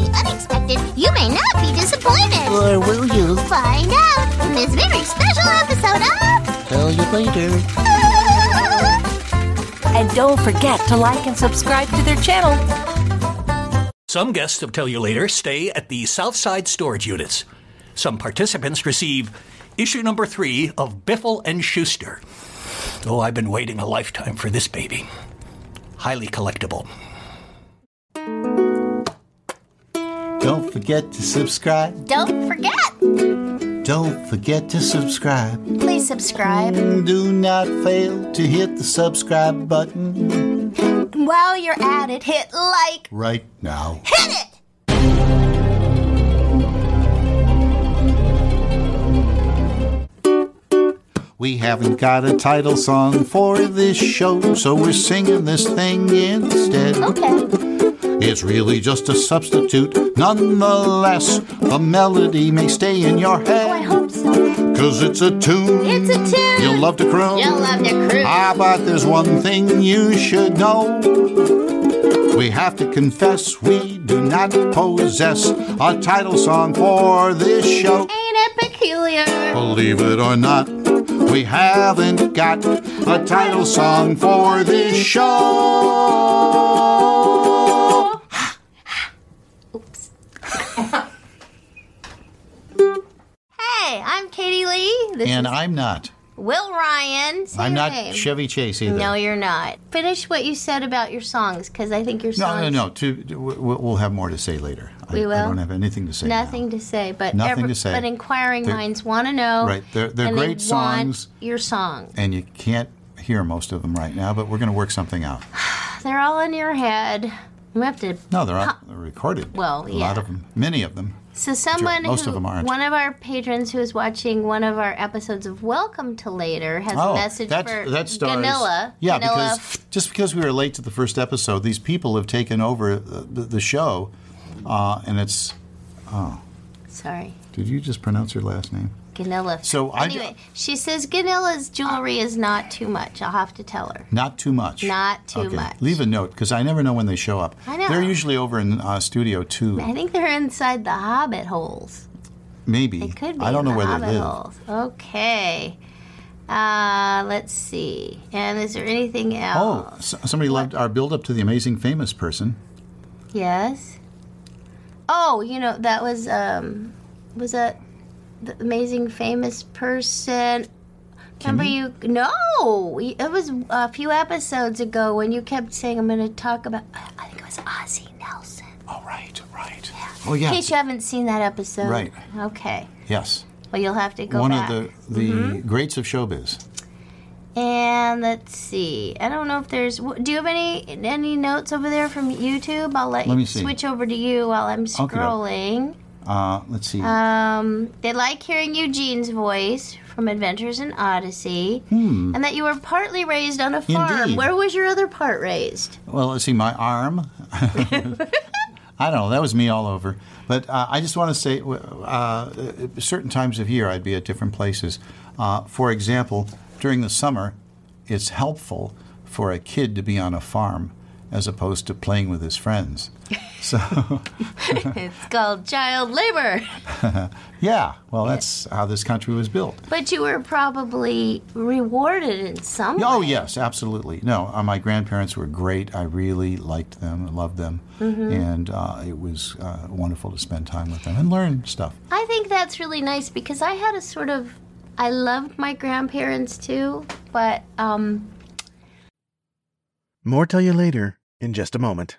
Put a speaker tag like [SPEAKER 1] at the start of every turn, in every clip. [SPEAKER 1] expected, you may not be disappointed.
[SPEAKER 2] Or will you?
[SPEAKER 1] Find out in this very special episode of.
[SPEAKER 2] Tell you later.
[SPEAKER 3] And don't forget to like and subscribe to their channel.
[SPEAKER 4] Some guests of Tell You Later stay at the Southside storage units. Some participants receive issue number three of Biffle and Schuster. Oh, I've been waiting a lifetime for this baby. Highly collectible.
[SPEAKER 2] Don't forget to subscribe.
[SPEAKER 1] Don't forget,
[SPEAKER 2] Don't forget to subscribe.
[SPEAKER 1] please subscribe.
[SPEAKER 2] Do not fail to hit the subscribe button
[SPEAKER 1] And while you're at it, hit like.
[SPEAKER 2] right now.
[SPEAKER 1] Hit it!
[SPEAKER 2] We haven't got a title song for this show, so we're singing this thing instead.
[SPEAKER 1] Okay.
[SPEAKER 2] It's really just a substitute. Nonetheless, the melody may stay in your
[SPEAKER 1] I
[SPEAKER 2] head.
[SPEAKER 1] hope so.
[SPEAKER 2] Cause it's a tune.
[SPEAKER 1] It's a tune.
[SPEAKER 2] You'll love to croon.
[SPEAKER 1] You'll love to cruise.
[SPEAKER 2] Ah, but there's one thing you should know. We have to confess we do not possess a title song for this show.
[SPEAKER 1] Ain't it peculiar?
[SPEAKER 2] Believe it or not, we haven't got a title song for this show.
[SPEAKER 1] Hey, I'm Katie Lee. This
[SPEAKER 2] And
[SPEAKER 1] is
[SPEAKER 2] I'm not.
[SPEAKER 1] Will Ryan. Say
[SPEAKER 2] I'm
[SPEAKER 1] your
[SPEAKER 2] not
[SPEAKER 1] name.
[SPEAKER 2] Chevy Chase either.
[SPEAKER 1] No, you're not. Finish what you said about your songs, because I think your
[SPEAKER 2] no,
[SPEAKER 1] songs.
[SPEAKER 2] no, no. To, to- we- we'll have more to say later. I,
[SPEAKER 1] We
[SPEAKER 2] I
[SPEAKER 1] will?
[SPEAKER 2] don't have anything to say. now.
[SPEAKER 1] Nothing to say, but
[SPEAKER 2] Nothing
[SPEAKER 1] every-
[SPEAKER 2] to say.
[SPEAKER 1] But inquiring
[SPEAKER 2] They're-
[SPEAKER 1] minds want to know.
[SPEAKER 2] Right, they're- they're
[SPEAKER 1] and they
[SPEAKER 2] great
[SPEAKER 1] want
[SPEAKER 2] songs.
[SPEAKER 1] Your song.
[SPEAKER 2] And you can't hear most of them right now, but we're going to work something out.
[SPEAKER 1] They're all in your head. You have to.
[SPEAKER 2] No, they're, all, they're recorded.
[SPEAKER 1] Well,
[SPEAKER 2] a
[SPEAKER 1] yeah.
[SPEAKER 2] lot of them, many of them.
[SPEAKER 1] So someone,
[SPEAKER 2] most
[SPEAKER 1] who,
[SPEAKER 2] of them aren't.
[SPEAKER 1] one of our patrons who is watching one of our episodes of Welcome to Later has a message for
[SPEAKER 2] Oh, that stars.
[SPEAKER 1] Ganilla.
[SPEAKER 2] Yeah,
[SPEAKER 1] Ganilla.
[SPEAKER 2] because just because we were late to the first episode, these people have taken over the, the, the show, uh, and it's.
[SPEAKER 1] Sorry.
[SPEAKER 2] Did you just pronounce your last name?
[SPEAKER 1] Ganilla.
[SPEAKER 2] So I-
[SPEAKER 1] anyway, she says Ganilla's jewelry is not too much. I'll have to tell her.
[SPEAKER 2] Not too much.
[SPEAKER 1] Not too
[SPEAKER 2] okay.
[SPEAKER 1] much.
[SPEAKER 2] Leave a note because I never know when they show up.
[SPEAKER 1] I know.
[SPEAKER 2] They're usually over in uh, studio two,
[SPEAKER 1] I think they're inside the Hobbit holes.
[SPEAKER 2] maybe.
[SPEAKER 1] It could be.
[SPEAKER 2] I don't
[SPEAKER 1] in
[SPEAKER 2] know
[SPEAKER 1] the
[SPEAKER 2] where
[SPEAKER 1] Hobbit
[SPEAKER 2] they live.
[SPEAKER 1] Holes. Okay. Uh, let's see. And is there anything else?
[SPEAKER 2] Oh, so, somebody loved our build-up to the amazing famous person.
[SPEAKER 1] Yes. Oh, you know that was um, was that the amazing famous person? Remember you? No, you- it was a few episodes ago when you kept saying I'm going to talk about. I I think it was Ozzie Nelson.
[SPEAKER 2] Oh, right, right. Oh, yeah.
[SPEAKER 1] In case you haven't seen that episode,
[SPEAKER 2] Right.
[SPEAKER 1] Okay.
[SPEAKER 2] Yes.
[SPEAKER 1] Well, you'll have to go
[SPEAKER 2] One
[SPEAKER 1] back.
[SPEAKER 2] of the the greats of showbiz.
[SPEAKER 1] And let's see. I don't know if there's. w- Do you have any any notes over there from YouTube? I'll let,
[SPEAKER 2] Let
[SPEAKER 1] you
[SPEAKER 2] me see.
[SPEAKER 1] switch over to you while I'm
[SPEAKER 2] Okey-doke.
[SPEAKER 1] scrolling.
[SPEAKER 2] Uh, let's see.
[SPEAKER 1] Um, they like hearing Eugene's voice from Adventures in Odyssey, and that you were partly raised on a farm.
[SPEAKER 2] Hmm. Indeed.
[SPEAKER 1] Where was your other part raised?
[SPEAKER 2] Well, let's see, my arm. I don't know. That was me all over. But uh, I just want to say, w- uh, certain times of year, I'd be at different places. Uh, for example, during the summer, it's helpful for a kid to be on a farm as opposed to playing with his friends.
[SPEAKER 1] It's called child labor.
[SPEAKER 2] Yeah, well, that's how this country was built.
[SPEAKER 1] But you were probably rewarded in some
[SPEAKER 2] Oh
[SPEAKER 1] way.
[SPEAKER 2] yes, absolutely. No, uh, my grandparents were great. I really liked them, I loved them,
[SPEAKER 1] Mm-hmm.
[SPEAKER 2] and uh, it was uh, wonderful to spend time with them and learn stuff.
[SPEAKER 1] I think that's really nice because I had a sort of I loved my grandparents too, but um
[SPEAKER 5] More tell you later in just a moment.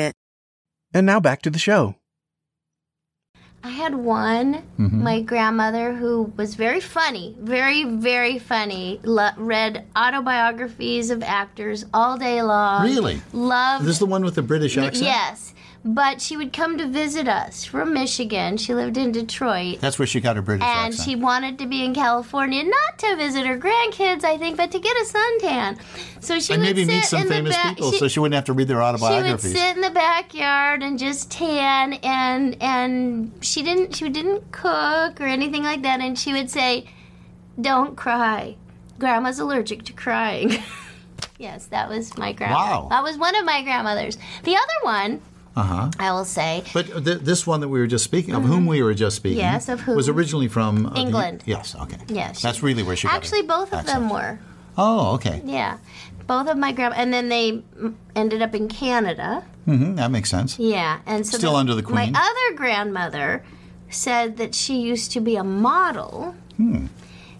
[SPEAKER 5] And now back to the show.
[SPEAKER 1] I had one,
[SPEAKER 2] Mm-hmm.
[SPEAKER 1] my grandmother, who was very funny, very, very funny, lo- read autobiographies of actors all day long.
[SPEAKER 2] Really?
[SPEAKER 1] Loved.
[SPEAKER 2] This is the one with the British accent?
[SPEAKER 1] yes. But she would come to visit us from Michigan. She lived in Detroit.
[SPEAKER 2] That's where she got her British
[SPEAKER 1] and
[SPEAKER 2] accent.
[SPEAKER 1] she wanted to be in California, not to visit her grandkids, I think, but to get a suntan. So she
[SPEAKER 2] and
[SPEAKER 1] would
[SPEAKER 2] maybe
[SPEAKER 1] sit
[SPEAKER 2] meet some
[SPEAKER 1] in
[SPEAKER 2] famous
[SPEAKER 1] the back.
[SPEAKER 2] people
[SPEAKER 1] she,
[SPEAKER 2] so she wouldn't have to read their
[SPEAKER 1] she would
[SPEAKER 2] autobiographies.
[SPEAKER 1] sit in the backyard and just tan, and and she didn't she didn't cook or anything like that, and she would say, "Don't cry, Grandma's allergic to crying." yes, that was my grandma.
[SPEAKER 2] Wow.
[SPEAKER 1] That was one of my grandmothers. The other one, uh-huh. I will say,
[SPEAKER 2] but uh, th- this one that we were just speaking of, whom we were just speaking,
[SPEAKER 1] Yes, of whom.
[SPEAKER 2] was originally from uh, the-
[SPEAKER 1] England.
[SPEAKER 2] yes, okay.
[SPEAKER 1] Yes, she-
[SPEAKER 2] That's really where she
[SPEAKER 1] actually,
[SPEAKER 2] got her
[SPEAKER 1] both of
[SPEAKER 2] accent.
[SPEAKER 1] them were.
[SPEAKER 2] Oh, okay.
[SPEAKER 1] Yeah. Both of my grandma, and then they mm, ended up in Canada.
[SPEAKER 2] hmm that makes sense.
[SPEAKER 1] Yeah, and so
[SPEAKER 2] Still under the Queen.
[SPEAKER 1] My other grandmother said that she used to be a model,
[SPEAKER 2] Hmm.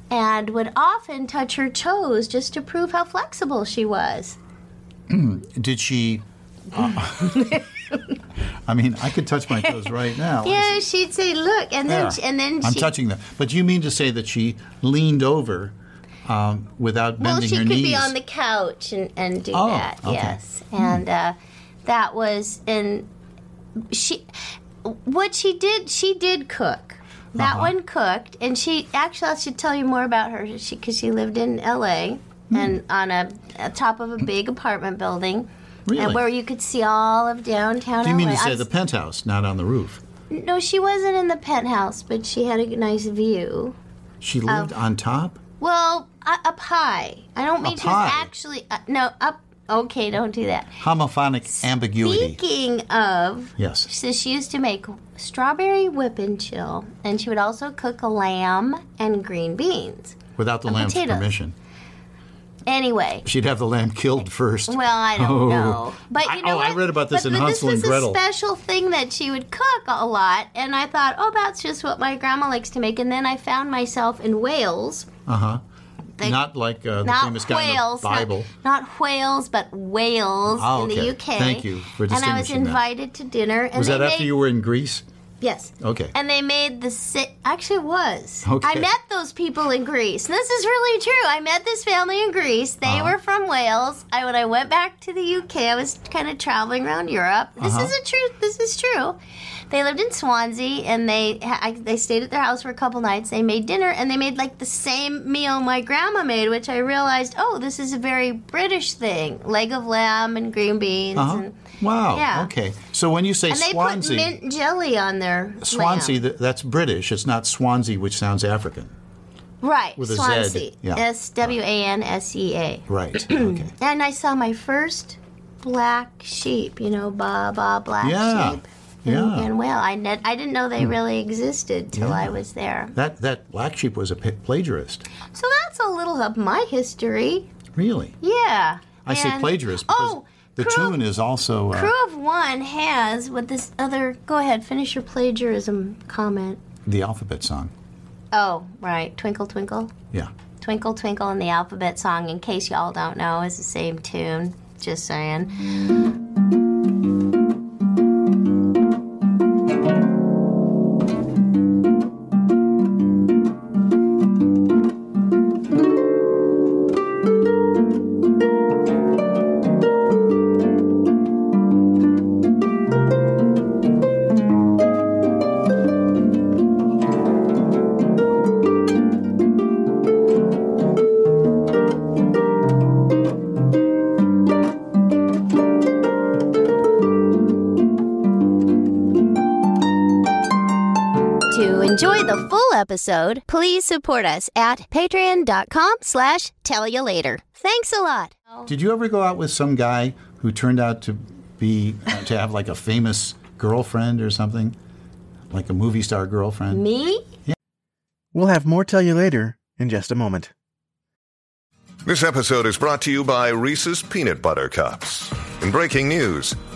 [SPEAKER 1] and would often touch her toes just to prove how flexible she was.
[SPEAKER 2] Did she? uh, I mean, I could touch my toes right now.
[SPEAKER 1] Yeah, she'd say, "Look," and then
[SPEAKER 2] There.
[SPEAKER 1] she, and then
[SPEAKER 2] I'm
[SPEAKER 1] she
[SPEAKER 2] touching them. But you mean to say that she leaned over um, without
[SPEAKER 1] well,
[SPEAKER 2] bending
[SPEAKER 1] she
[SPEAKER 2] her
[SPEAKER 1] could
[SPEAKER 2] knees?
[SPEAKER 1] be on the uh, couch and, and do
[SPEAKER 2] Oh,
[SPEAKER 1] that.
[SPEAKER 2] okay. Hmm.
[SPEAKER 1] Yes, and uh, that was and she what she did she did cook. That
[SPEAKER 2] Uh-huh.
[SPEAKER 1] one cooked, and she actually I should tell you more about her. She because she lived in L.A.
[SPEAKER 2] Hmm.
[SPEAKER 1] and on a, a top of a big apartment building.
[SPEAKER 2] Really?
[SPEAKER 1] And where you could see all of downtown.
[SPEAKER 2] Do you mean
[SPEAKER 1] LA.
[SPEAKER 2] to say
[SPEAKER 1] I'm-
[SPEAKER 2] the penthouse, not on the roof?
[SPEAKER 1] no, she wasn't in the penthouse, but she had a nice view.
[SPEAKER 2] She
[SPEAKER 1] Oh.
[SPEAKER 2] lived on top.
[SPEAKER 1] Well, uh, up high. I don't mean
[SPEAKER 2] Up
[SPEAKER 1] she was
[SPEAKER 2] high.
[SPEAKER 1] actually uh, no up. Okay, don't do that.
[SPEAKER 2] Homophonic ambiguity.
[SPEAKER 1] Speaking of,
[SPEAKER 2] Yes.
[SPEAKER 1] so she used to make strawberry whip and chill, and she would also cook lamb and green beans.
[SPEAKER 2] Without the
[SPEAKER 1] And
[SPEAKER 2] lamb's
[SPEAKER 1] potatoes.
[SPEAKER 2] permission,
[SPEAKER 1] Anyway,
[SPEAKER 2] she'd have the lamb killed first.
[SPEAKER 1] well, I don't
[SPEAKER 2] Oh.
[SPEAKER 1] know, but
[SPEAKER 2] I-
[SPEAKER 1] you know
[SPEAKER 2] oh, I
[SPEAKER 1] what?
[SPEAKER 2] read about this
[SPEAKER 1] But-
[SPEAKER 2] in
[SPEAKER 1] but
[SPEAKER 2] Hansel and
[SPEAKER 1] this was
[SPEAKER 2] Gretel.
[SPEAKER 1] a special thing that she would cook a lot, and I thought, oh, that's just what my grandma likes to make. And then I found myself in Wales. the-
[SPEAKER 2] not like uh, the
[SPEAKER 1] not
[SPEAKER 2] famous guy
[SPEAKER 1] whales,
[SPEAKER 2] in the
[SPEAKER 1] not-
[SPEAKER 2] Bible.
[SPEAKER 1] Not, whales, but whales
[SPEAKER 2] Ah,
[SPEAKER 1] in
[SPEAKER 2] okay.
[SPEAKER 1] the UK.
[SPEAKER 2] Thank you for
[SPEAKER 1] And I was
[SPEAKER 2] distinguishing that.
[SPEAKER 1] invited to dinner. And
[SPEAKER 2] Was
[SPEAKER 1] they
[SPEAKER 2] that after
[SPEAKER 1] made,
[SPEAKER 2] you were in Greece?
[SPEAKER 1] Yes.
[SPEAKER 2] Okay.
[SPEAKER 1] And they made the si- actually it was.
[SPEAKER 2] Okay.
[SPEAKER 1] I met those people in Greece. This is really true. I met this family in Greece. They
[SPEAKER 2] Uh-huh.
[SPEAKER 1] were from Wales. I when I went back to the UK, I was kind of traveling around Europe. This
[SPEAKER 2] Uh-huh.
[SPEAKER 1] is a true. This is true. They lived in Swansea and they ha- I, they stayed at their house for a couple nights. They made dinner and they made like the same meal my grandma made, which I realized, oh, this is a very British thing: leg of lamb and green beans.
[SPEAKER 2] Uh-huh.
[SPEAKER 1] And,
[SPEAKER 2] Wow.
[SPEAKER 1] Yeah.
[SPEAKER 2] Okay. So when you say
[SPEAKER 1] and they
[SPEAKER 2] Swansea,
[SPEAKER 1] put mint jelly on their
[SPEAKER 2] Swansea,
[SPEAKER 1] lamb.
[SPEAKER 2] th- that's British. It's not Swansea, which sounds African.
[SPEAKER 1] Right,
[SPEAKER 2] With a Z,
[SPEAKER 1] Swansea.
[SPEAKER 2] yeah.
[SPEAKER 1] S W A N S E A.
[SPEAKER 2] Right. okay.
[SPEAKER 1] And I saw my first black sheep, you know, ba ba black
[SPEAKER 2] Yeah,
[SPEAKER 1] sheep.
[SPEAKER 2] yeah. Hmm.
[SPEAKER 1] And well, I, ne- I didn't know they really existed till I was there.
[SPEAKER 2] That that black sheep was a p- plagiarist.
[SPEAKER 1] So that's a little of my history.
[SPEAKER 2] Really.
[SPEAKER 1] Yeah.
[SPEAKER 2] I say
[SPEAKER 1] And-
[SPEAKER 2] plagiarist because
[SPEAKER 1] oh,
[SPEAKER 2] the
[SPEAKER 1] crew,
[SPEAKER 2] tune is also. Uh,
[SPEAKER 1] Crew of One has with this other. Go ahead, finish your plagiarism comment.
[SPEAKER 2] the alphabet song.
[SPEAKER 1] Oh, right. Twinkle, twinkle.
[SPEAKER 2] Yeah.
[SPEAKER 1] Twinkle Twinkle in the Alphabet song, in case y'all don't know, is the same tune. Just saying. To enjoy the full episode, please support us at patreon.com slash tell you later. Thanks a lot.
[SPEAKER 2] Did you ever go out with some guy who turned out to be uh, to have like a famous girlfriend or something, like a movie star girlfriend?
[SPEAKER 1] Me?
[SPEAKER 5] We'll have more tell you later in just a moment.
[SPEAKER 6] This episode is brought to you by Reese's Peanut Butter Cups. In breaking news,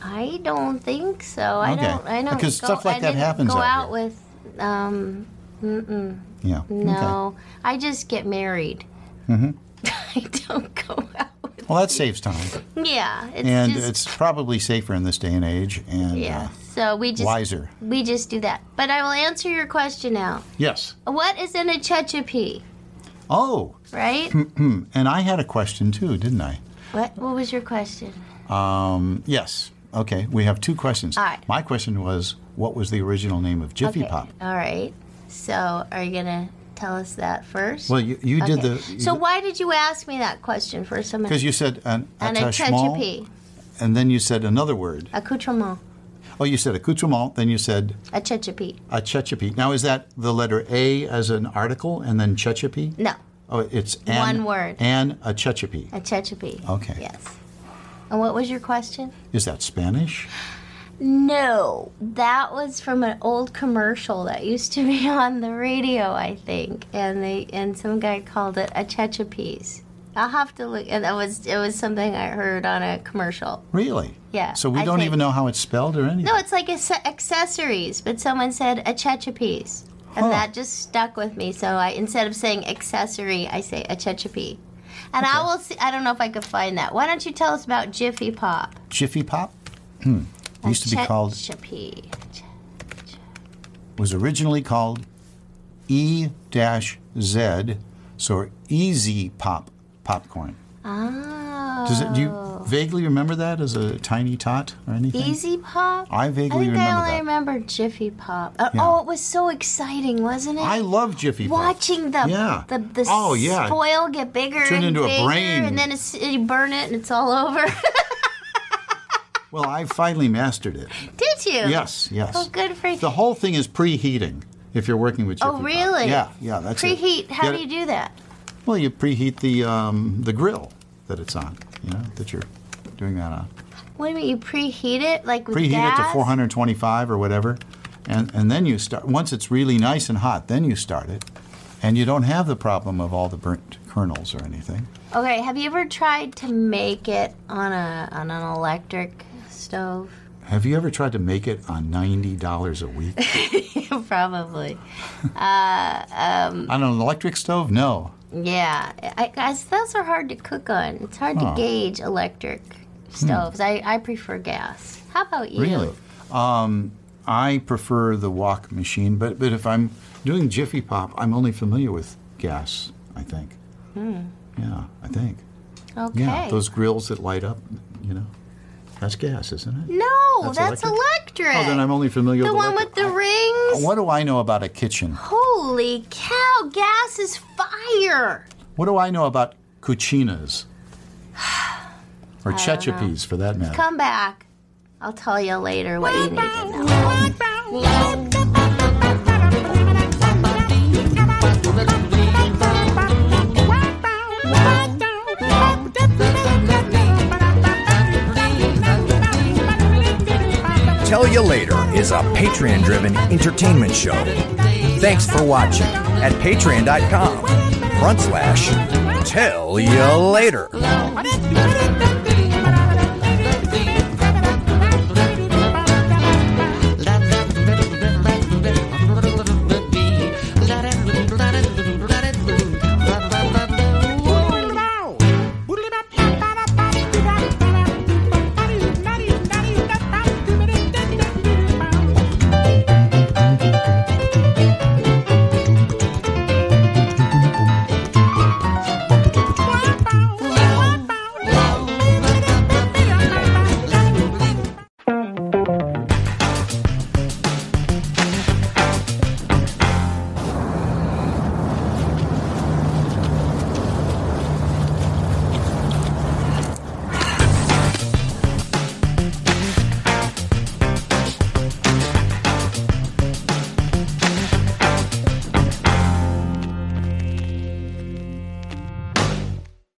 [SPEAKER 1] I don't think so. I
[SPEAKER 2] Okay.
[SPEAKER 1] don't. I don't.
[SPEAKER 2] Because
[SPEAKER 1] go-
[SPEAKER 2] stuff like
[SPEAKER 1] I
[SPEAKER 2] that
[SPEAKER 1] didn't
[SPEAKER 2] happens
[SPEAKER 1] Go
[SPEAKER 2] out
[SPEAKER 1] out
[SPEAKER 2] here.
[SPEAKER 1] with. Um, mm-mm,
[SPEAKER 2] Yeah.
[SPEAKER 1] no, I just get married. Mm-hmm. I don't go out with.
[SPEAKER 2] Okay. Well, that saves time,
[SPEAKER 1] Yeah, it's
[SPEAKER 2] and
[SPEAKER 1] just,
[SPEAKER 2] it's probably safer in this day and age, and
[SPEAKER 1] yeah.
[SPEAKER 2] uh,
[SPEAKER 1] So we just
[SPEAKER 2] wiser.
[SPEAKER 1] we just do that. But I will answer your question now.
[SPEAKER 2] Yes.
[SPEAKER 1] What is in a Chechepee?
[SPEAKER 2] Oh, mm-hmm.
[SPEAKER 1] Right?
[SPEAKER 2] and I had a question too, didn't I?
[SPEAKER 1] what What was your question?
[SPEAKER 2] Um, yes. Okay. We have two questions.
[SPEAKER 1] All right.
[SPEAKER 2] My question was, what was the original name of Jiffy
[SPEAKER 1] Okay,
[SPEAKER 2] Pop?
[SPEAKER 1] All right. So are you gonna tell us that first?
[SPEAKER 2] Well, you, you did
[SPEAKER 1] Okay.
[SPEAKER 2] the
[SPEAKER 1] so why did you ask me that question first? I'm gonna-
[SPEAKER 2] because you said an
[SPEAKER 1] an
[SPEAKER 2] attachment,
[SPEAKER 1] attachment,
[SPEAKER 2] and then you said another word.
[SPEAKER 1] accoutrement,
[SPEAKER 2] Oh, you said accoutrement, then you said
[SPEAKER 1] a Chechepee.
[SPEAKER 2] a Chechapi. Now, is that the letter A as an article and then Chechapi?
[SPEAKER 1] No,
[SPEAKER 2] Oh, it's an,
[SPEAKER 1] One word.
[SPEAKER 2] An a Chechapi.
[SPEAKER 1] a Chechepee.
[SPEAKER 2] Okay.
[SPEAKER 1] Yes. And what was your question?
[SPEAKER 2] Is that Spanish?
[SPEAKER 1] No, that was from an old commercial that used to be on the radio, I think, and they and some guy called it a Chechapees. I'll have to look, and that was it was something I heard on a commercial.
[SPEAKER 2] Really?
[SPEAKER 1] Yeah,
[SPEAKER 2] So we
[SPEAKER 1] I
[SPEAKER 2] don't
[SPEAKER 1] think-
[SPEAKER 2] even know how it's spelled or anything.
[SPEAKER 1] No, it's like acce- accessories, but someone said a Chechapees, and
[SPEAKER 2] Huh.
[SPEAKER 1] that just stuck with me. So I instead of saying accessory, I say a Chechapee. And I will see. I don't know if I could find that. Why don't you tell us about Jiffy Pop?
[SPEAKER 2] Jiffy Pop. Hmm. It used to be called
[SPEAKER 1] Chechapee.
[SPEAKER 2] was originally called E Z, so Easy Pop popcorn.
[SPEAKER 1] Oh.
[SPEAKER 2] Does it, do you vaguely remember that as a tiny tot or anything?
[SPEAKER 1] Easy Pop?
[SPEAKER 2] I vaguely
[SPEAKER 1] I think I
[SPEAKER 2] remember
[SPEAKER 1] only
[SPEAKER 2] that.
[SPEAKER 1] remember Jiffy Pop. Uh,
[SPEAKER 2] Yeah.
[SPEAKER 1] Oh, it was so exciting, wasn't it?
[SPEAKER 2] I love Jiffy Pop.
[SPEAKER 1] Watching the
[SPEAKER 2] Yeah.
[SPEAKER 1] the, the
[SPEAKER 2] Oh, yeah.
[SPEAKER 1] foil get bigger
[SPEAKER 2] Turn
[SPEAKER 1] and
[SPEAKER 2] into a
[SPEAKER 1] bigger,
[SPEAKER 2] brain.
[SPEAKER 1] and then it's, you burn it and it's all over.
[SPEAKER 2] Well, I finally mastered it.
[SPEAKER 1] Did you?
[SPEAKER 2] Yes, yes.
[SPEAKER 1] Oh, good for you.
[SPEAKER 2] The whole thing is preheating if you're working with Jiffy
[SPEAKER 1] Oh,
[SPEAKER 2] Pop.
[SPEAKER 1] really?
[SPEAKER 2] Yeah, yeah, that's it.
[SPEAKER 1] Preheat. How
[SPEAKER 2] Get
[SPEAKER 1] do
[SPEAKER 2] it-
[SPEAKER 1] you do that?
[SPEAKER 2] Well, you preheat the um, the grill that it's on, you know, that you're doing that on.
[SPEAKER 1] What do you mean? You preheat it like with
[SPEAKER 2] preheat
[SPEAKER 1] gas?
[SPEAKER 2] it to 425 or whatever, and, and then you start. Once it's really nice and hot, then you start it, and you don't have the problem of all the burnt kernels or anything.
[SPEAKER 1] Okay. Have you ever tried to make it on a on an electric stove?
[SPEAKER 2] Have you ever tried to make it on ninety dollars a week
[SPEAKER 1] Probably.
[SPEAKER 2] on an electric stove? No.
[SPEAKER 1] Yeah, I, I, those are hard to cook on. It's hard to gauge electric stoves. I, I prefer gas. How about you?
[SPEAKER 2] Hmm. Really? Um, I prefer the wok machine, but but if I'm doing Jiffy Pop, I'm only familiar with gas. I think.
[SPEAKER 1] Hmm.
[SPEAKER 2] Yeah, I think.
[SPEAKER 1] Okay.
[SPEAKER 2] Yeah, those grills that light up, you know, that's gas, isn't it?
[SPEAKER 1] no, that's,
[SPEAKER 2] That's
[SPEAKER 1] electric.
[SPEAKER 2] Oh, then I'm only familiar
[SPEAKER 1] the
[SPEAKER 2] with
[SPEAKER 1] one
[SPEAKER 2] electric.
[SPEAKER 1] with the rings.
[SPEAKER 2] What do I know about a kitchen?
[SPEAKER 1] Holy cow! Gas is fire.
[SPEAKER 2] What do I know about cucinas? Or chechapis, for that matter.
[SPEAKER 1] Come back. I'll tell you later what you need to know.
[SPEAKER 7] Tell You Later is a Patreon driven entertainment show. Thanks for watching at patreon.com front slash tell you later.